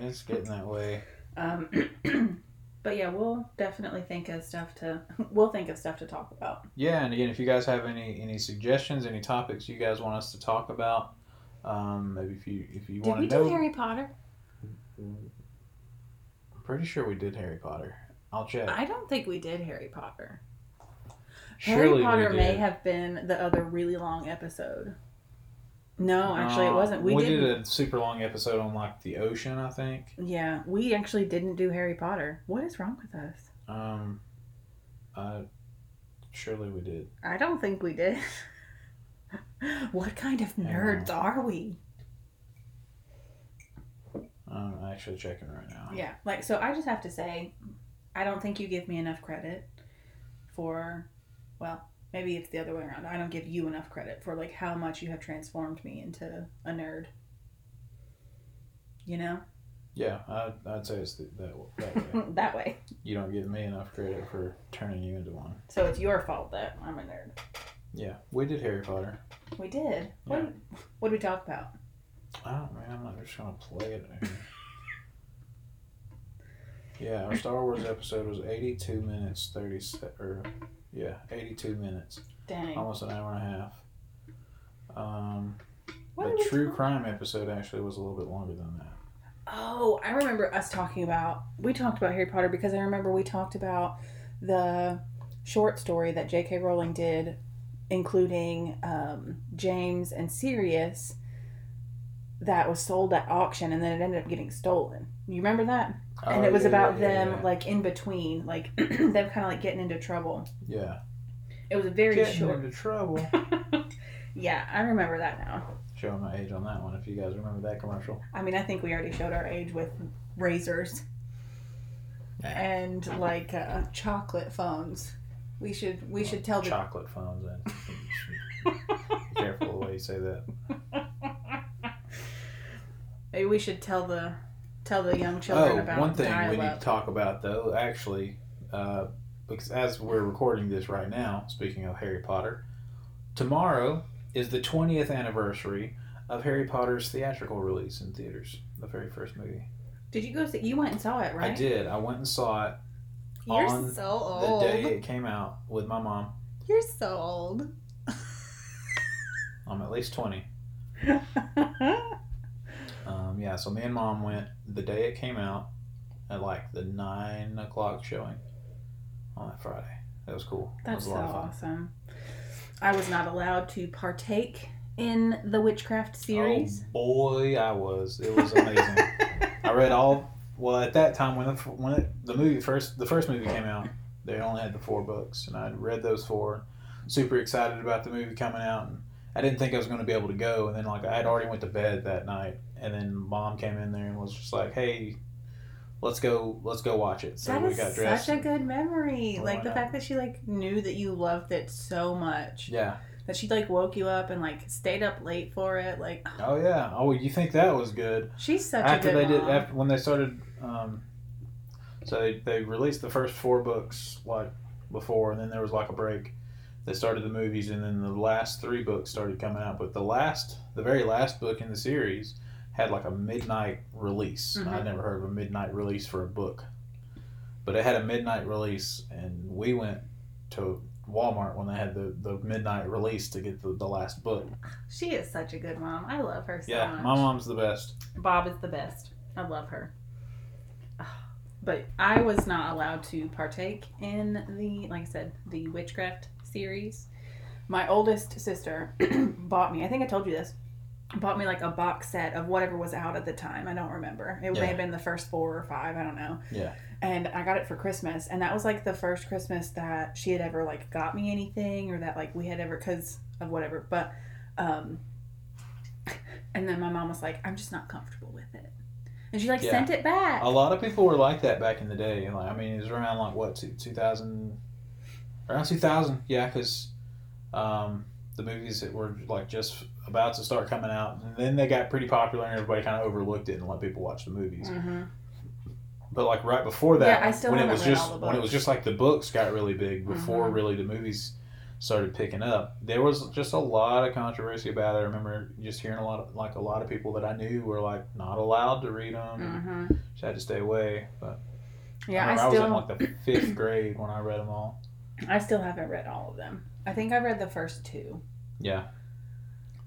Speaker 1: It's getting that way.
Speaker 2: Um, but yeah, we'll definitely think of stuff to we'll think of stuff to talk about.
Speaker 1: yeah and again if you guys have any any suggestions any topics you guys want us to talk about um maybe if you if you
Speaker 2: Did we
Speaker 1: want to
Speaker 2: do
Speaker 1: know
Speaker 2: Harry Potter?
Speaker 1: i'm pretty sure we did harry potter i'll check
Speaker 2: I don't think we did Harry Potter.
Speaker 1: surely
Speaker 2: Harry Potter
Speaker 1: we
Speaker 2: may
Speaker 1: did
Speaker 2: have been the other really long episode. No, actually, it
Speaker 1: Uh,
Speaker 2: wasn't. We,
Speaker 1: we
Speaker 2: didn't.
Speaker 1: did a super long episode on like the ocean, I think.
Speaker 2: Yeah, we actually didn't do Harry Potter. What is wrong with us?
Speaker 1: Um, uh, surely we did.
Speaker 2: I don't think we did. what kind of
Speaker 1: Hang
Speaker 2: nerds are we?
Speaker 1: Um, I'm actually checking right now.
Speaker 2: Yeah, like so I just have to say I don't think you give me enough credit for well, maybe it's the other way around. I don't give you enough credit for like how much you have transformed me into a nerd. You know?
Speaker 1: Yeah, I, I'd say it's the, that, that way.
Speaker 2: that way.
Speaker 1: you don't give me enough credit for turning you into one.
Speaker 2: So it's your fault that I'm a nerd.
Speaker 1: Yeah, we did Harry Potter.
Speaker 2: We did. What
Speaker 1: Yeah.
Speaker 2: what did we talk about?
Speaker 1: I don't man, I'm not just gonna play it. here. yeah, our Star Wars episode was 82 minutes 30 se- or yeah, 82 minutes,
Speaker 2: Dang.
Speaker 1: almost an hour and a half. Um,
Speaker 2: What did
Speaker 1: the
Speaker 2: we
Speaker 1: true
Speaker 2: talk-
Speaker 1: crime episode actually was a little bit longer than that.
Speaker 2: Oh, I remember us talking about we talked about Harry Potter because I remember we talked about the short story that J.K. Rowling did, including um, James and Sirius, that was sold at auction and then it ended up getting stolen. You remember that? and
Speaker 1: Oh,
Speaker 2: it was
Speaker 1: yeah,
Speaker 2: about
Speaker 1: yeah, yeah,
Speaker 2: them like in between, like them kind of like getting into trouble.
Speaker 1: Yeah. yeah.
Speaker 2: It was a very
Speaker 1: Getting
Speaker 2: short.
Speaker 1: into trouble.
Speaker 2: yeah, I remember that now.
Speaker 1: Showing my age on that one. If you guys remember that commercial.
Speaker 2: I mean, I think we already showed our age with razors and like uh, chocolate phones. We should we should tell the
Speaker 1: Chocolate phones in. Be careful the way you say that.
Speaker 2: maybe we should tell the tell the young children
Speaker 1: Oh,
Speaker 2: about
Speaker 1: one thing we
Speaker 2: dial
Speaker 1: need to
Speaker 2: up.
Speaker 1: talk about though, actually, uh, because as we're recording this right now, speaking of Harry Potter, tomorrow is the 20th anniversary of Harry Potter's theatrical release in theaters, the very first movie.
Speaker 2: Did you go see? You went and saw it, right?
Speaker 1: I did. I went and saw it
Speaker 2: You're
Speaker 1: on
Speaker 2: so
Speaker 1: the
Speaker 2: old.
Speaker 1: day it came out with my mom.
Speaker 2: You're so old.
Speaker 1: I'm at least 20. Um, yeah, so me and mom went the day it came out at like the 9 o'clock showing on that Friday. That was cool. That
Speaker 2: That's
Speaker 1: was a
Speaker 2: so
Speaker 1: lot of fun.
Speaker 2: awesome. I was not allowed to partake in the witchcraft series.
Speaker 1: Oh boy, I was. It was amazing. I read all. Well, at that time when the f- when it, the movie first the first movie came out, they only had the four books, and I read those four. Super excited about the movie coming out, and I didn't think I was going to be able to go. And then like I had already went to bed that night, and then mom came in there and was just like, "Hey, let's go, let's go watch it." So
Speaker 2: That
Speaker 1: we
Speaker 2: is
Speaker 1: got dressed.
Speaker 2: such a good memory.
Speaker 1: Oh,
Speaker 2: like
Speaker 1: I
Speaker 2: the
Speaker 1: know.
Speaker 2: fact that she like knew that you loved it so much
Speaker 1: yeah.
Speaker 2: that she like woke you up and like stayed up late for it. Like
Speaker 1: Oh yeah. Oh, you think that was good?
Speaker 2: she's such
Speaker 1: after
Speaker 2: a good
Speaker 1: they did
Speaker 2: mom.
Speaker 1: after when they started um, so they, they released the first four books like before and then there was like a break they started the movies and then the last three books started coming out but the last the very last book in the series had like a midnight release i
Speaker 2: Mhm.
Speaker 1: never heard of a midnight release for a book but it had a midnight release and we went to walmart when they had the, the midnight release to get the, the last book
Speaker 2: she is such a good mom. I love her so
Speaker 1: yeah
Speaker 2: much.
Speaker 1: my mom's the best
Speaker 2: Bob is the best. I love her. But I was not allowed to partake in the, like I said, the witchcraft series. My oldest sister bought me, I think I told you this, bought me like a box set of whatever was out at the time. I don't remember. It may
Speaker 1: Yeah.
Speaker 2: have been the first four or five, I don't know.
Speaker 1: Yeah.
Speaker 2: And I got it for Christmas. And that was like the first Christmas that she had ever like got me anything or that like we had ever, because of whatever. But, um, and then my mom was like, I'm just not comfortable with it. And she like
Speaker 1: Yeah.
Speaker 2: sent it back.
Speaker 1: A lot of people were like that back in the day. Like, I mean, it was around like what two two thousand, around two thousand. Yeah, because um, the movies that were like just about to start coming out, and then they got pretty popular, and everybody kind of overlooked it and let people watch the movies.
Speaker 2: hmm
Speaker 1: But like right before that,
Speaker 2: Yeah, I still
Speaker 1: when it
Speaker 2: haven't
Speaker 1: was
Speaker 2: read
Speaker 1: just
Speaker 2: all the
Speaker 1: when it was
Speaker 2: books.
Speaker 1: just like the books got really big before
Speaker 2: Mhm.
Speaker 1: really the movies started picking up. There was just a lot of controversy about it. I remember just hearing a lot of like a lot of people that I knew were like not allowed to read them.
Speaker 2: hmm
Speaker 1: Just had to stay away, but.
Speaker 2: Yeah,
Speaker 1: I,
Speaker 2: I,
Speaker 1: remember I
Speaker 2: still
Speaker 1: was in like the fifth grade when I read them all.
Speaker 2: I still haven't read all of them. I think I read the first two.
Speaker 1: Yeah,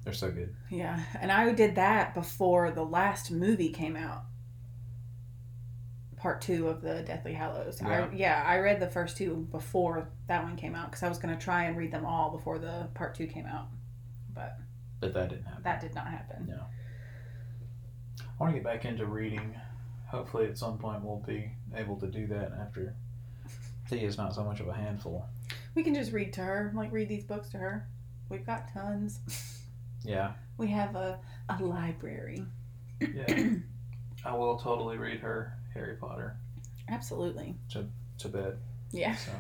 Speaker 1: they're so good.
Speaker 2: Yeah, and I did that before the last movie came out. Part two of the Deathly Hallows.
Speaker 1: Yeah.
Speaker 2: I, yeah, I read the first two before that one came out because I was gonna try and read them all before the part two came out. But
Speaker 1: But that didn't happen.
Speaker 2: That did not happen.
Speaker 1: No. I want to get back into reading. Hopefully, at some point, we'll be able to do that after Thea's not so much of a handful.
Speaker 2: We can just read to her, like read these books to her. We've got tons.
Speaker 1: Yeah.
Speaker 2: We have a, a library.
Speaker 1: Yeah. I will totally read her Harry Potter
Speaker 2: Absolutely.
Speaker 1: to bed.
Speaker 2: Yeah.
Speaker 1: So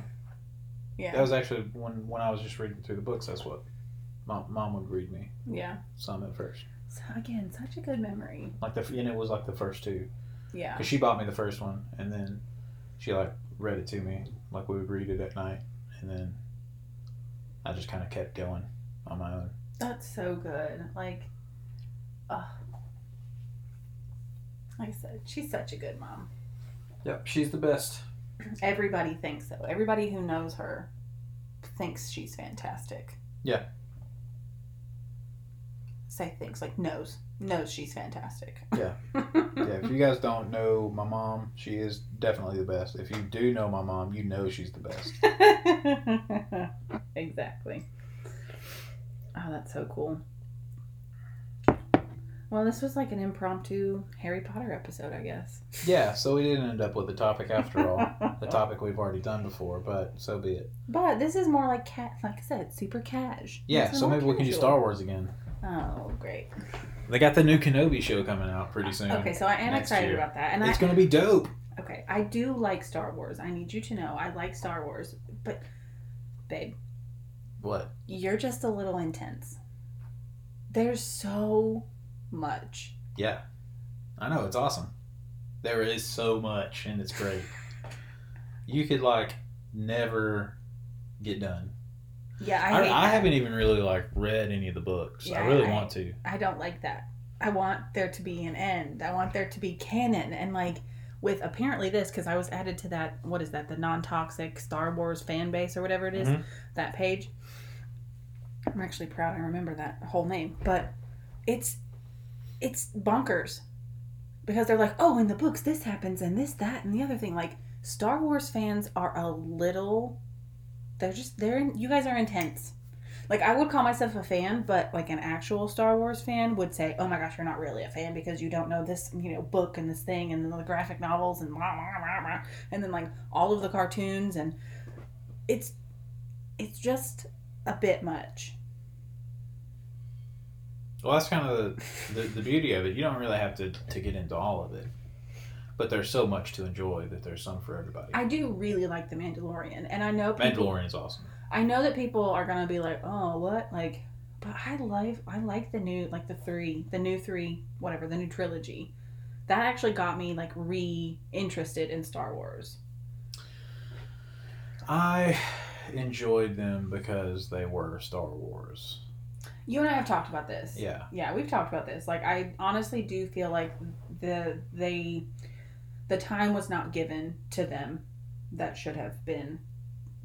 Speaker 2: Yeah.
Speaker 1: that was actually when when I was just reading through the books. That's what mom, mom would read me
Speaker 2: yeah.
Speaker 1: some at first.
Speaker 2: So again, such a good memory.
Speaker 1: Like the and it was like the first two
Speaker 2: Yeah.
Speaker 1: because she bought me the first one and then she like read it to me like we would read it at night and then I just kind of kept going on my own.
Speaker 2: That's so good. Like, ugh. Like I said, she's such a good mom.
Speaker 1: Yep, she's the best.
Speaker 2: Everybody thinks so. Everybody who knows her thinks she's fantastic.
Speaker 1: Yeah.
Speaker 2: Say things like knows. Knows she's fantastic.
Speaker 1: Yeah. Yeah, if you guys don't know my mom, she is definitely the best. If you do know my mom, you know she's the best.
Speaker 2: exactly. Oh, that's so cool. Well, this was like an impromptu Harry Potter episode, I guess.
Speaker 1: Yeah, so we didn't end up with a topic after all. A topic we've already done before, but so be it.
Speaker 2: But this is more like cat, like I said, super cash.
Speaker 1: Yeah, so maybe we can do Star Wars again.
Speaker 2: Oh, great.
Speaker 1: They got the new Kenobi show coming out pretty soon.
Speaker 2: Uh, Okay, so I am
Speaker 1: Next
Speaker 2: excited
Speaker 1: year.
Speaker 2: about that, and
Speaker 1: It's
Speaker 2: I
Speaker 1: gonna be dope.
Speaker 2: okay, I do like Star Wars. I need you to know I like Star Wars, but babe,
Speaker 1: What?
Speaker 2: you're just a little intense. There's so much.
Speaker 1: Yeah, I know it's awesome. There is so much, and it's great. you could like never get done.
Speaker 2: Yeah, I
Speaker 1: I,
Speaker 2: hate
Speaker 1: I,
Speaker 2: that.
Speaker 1: haven't even really like read any of the books. I
Speaker 2: Yeah,
Speaker 1: really
Speaker 2: I-
Speaker 1: want to.
Speaker 2: I don't like that. I want there to be an end. I want there to be canon. And like with apparently this, because I was added to that, what is that, the non toxic Star Wars fan base or whatever it is,
Speaker 1: Mhm.
Speaker 2: that page. I'm actually proud I remember that whole name. But it's it's bonkers. Because they're like, oh, in the books this happens and this, that, and the other thing. Like Star Wars fans are a little they're just they're in, you guys are intense. Like I would call myself a fan, but like an actual Star Wars fan would say, "Oh my gosh, you're not really a fan because you don't know this, you know, book and this thing and the graphic novels and blah blah blah blah, and then like all of the cartoons and it's it's just a bit much."
Speaker 1: Well, that's kind of the, the, the beauty of it. You don't really have to, to get into all of it, but there's so much to enjoy that there's some for everybody.
Speaker 2: I do really like The Mandalorian, and I know people,
Speaker 1: Mandalorian is awesome.
Speaker 2: I know that people are gonna be like, "Oh, what?" Like, but I like I like the new like the three the new three whatever the new trilogy. That actually got me like re interested in Star Wars.
Speaker 1: I enjoyed them because they were Star Wars.
Speaker 2: You and I have talked about this.
Speaker 1: Yeah,
Speaker 2: Yeah, we've talked about this. Like I honestly do feel like the they the time was not given to them that should have been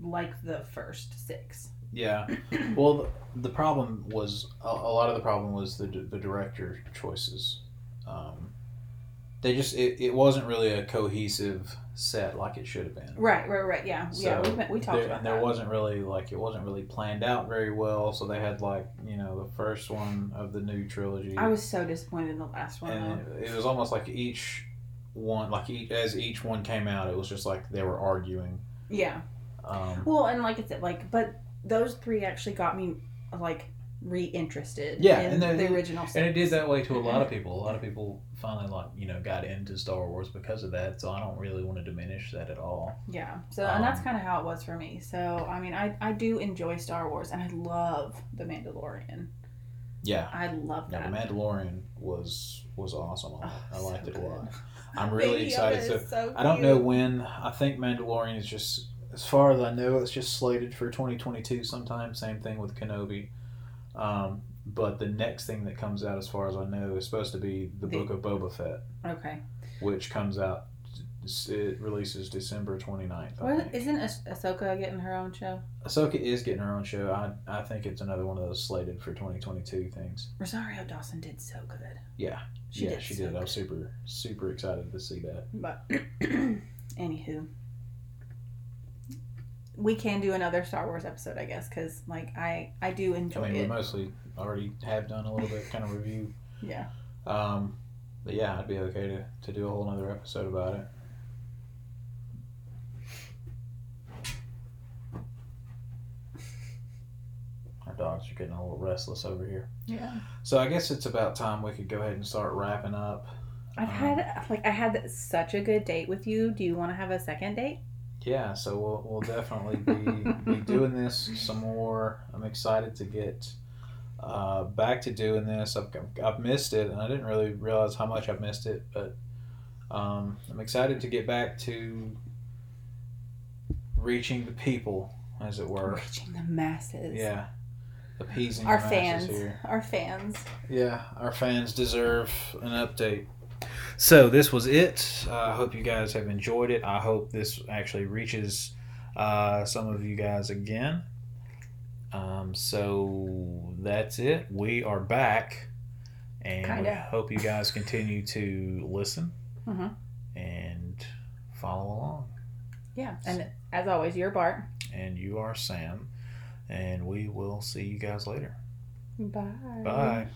Speaker 2: like the first six.
Speaker 1: yeah. Well, the, the problem was a, a lot of the problem was the the director choices. Um, they just it, it wasn't really a cohesive set like it should have been.
Speaker 2: Right, right, right. Yeah. yeah,
Speaker 1: So
Speaker 2: we we talked
Speaker 1: there,
Speaker 2: about
Speaker 1: and there
Speaker 2: that.
Speaker 1: wasn't really like it wasn't really planned out very well so they had like you know the first one of the new trilogy
Speaker 2: I was so disappointed in the last one. though.
Speaker 1: and it, it was almost like each one like each, as each one came out it was just like they were arguing
Speaker 2: Yeah.
Speaker 1: um,
Speaker 2: Well, and like I said, like, but those three actually got me like reinterested.
Speaker 1: Yeah,
Speaker 2: in
Speaker 1: and
Speaker 2: the,
Speaker 1: then-
Speaker 2: original.
Speaker 1: and it did
Speaker 2: series.
Speaker 1: that way to a lot
Speaker 2: Mm-hmm.
Speaker 1: of people a lot of people finally like you know got into star wars because of that so i don't really want to diminish that at all
Speaker 2: Yeah. So, and that's
Speaker 1: Um,
Speaker 2: kind of how it was for me. So, I mean, I I do enjoy Star Wars, and I love The Mandalorian.
Speaker 1: yeah
Speaker 2: I love
Speaker 1: now
Speaker 2: that.
Speaker 1: the mandalorian was was awesome i,
Speaker 2: Oh,
Speaker 1: I
Speaker 2: so
Speaker 1: liked it a
Speaker 2: good.
Speaker 1: lot i'm really
Speaker 2: Baby Yoda
Speaker 1: excited so
Speaker 2: is so
Speaker 1: I don't
Speaker 2: cute.
Speaker 1: know when. I think Mandalorian is just, as far as I know, it's just slated for 2022 sometime. Same thing with Kenobi. Um, but the next thing that comes out, as far as I know, is supposed to be the,
Speaker 2: The-
Speaker 1: Book of Boba Fett,
Speaker 2: Okay.
Speaker 1: which comes out. It releases December 29th. I
Speaker 2: Well,
Speaker 1: think.
Speaker 2: isn't ah- Ahsoka getting her own show?
Speaker 1: Ahsoka is getting her own show. I, I think it's another one of those slated for 2022 things.
Speaker 2: Rosario Dawson did so good.
Speaker 1: Yeah.
Speaker 2: She
Speaker 1: yeah,
Speaker 2: did.
Speaker 1: she
Speaker 2: so
Speaker 1: did. I
Speaker 2: good.
Speaker 1: was super, super excited to see that.
Speaker 2: But anywho, we can do another Star Wars episode, I guess, because like I I do
Speaker 1: I
Speaker 2: enjoy
Speaker 1: mean, we
Speaker 2: it.
Speaker 1: mostly already have done a little bit kind of review.
Speaker 2: Yeah.
Speaker 1: Um, but yeah, I'd be okay to, to do a whole nother episode about it. Our dogs are getting a little restless over here.
Speaker 2: Yeah.
Speaker 1: So I guess it's about time we could go ahead and start wrapping up.
Speaker 2: I've had like I had such a good date with you. Do you want to have a second date?
Speaker 1: Yeah, so we'll, we'll definitely be, be doing this some more. I'm excited to get uh, back to doing this. I've, I've missed it, and I didn't really realize how much I've missed it, but um, I'm excited to get back to reaching the people, as it were.
Speaker 2: Reaching the masses.
Speaker 1: Yeah, appeasing
Speaker 2: Our
Speaker 1: the masses
Speaker 2: fans.
Speaker 1: here.
Speaker 2: Our fans.
Speaker 1: Yeah, our fans deserve an update. So this was it. Uh, I hope you guys have enjoyed it. I hope this actually reaches uh, some of you guys again. Um, so that's it. We are back, and we
Speaker 2: Kinda.
Speaker 1: hope you guys continue to listen
Speaker 2: Mhm.
Speaker 1: and follow along.
Speaker 2: Yeah. And as always, you're Bart.
Speaker 1: And you are Sam, and we will see you guys later.
Speaker 2: Bye.
Speaker 1: Bye.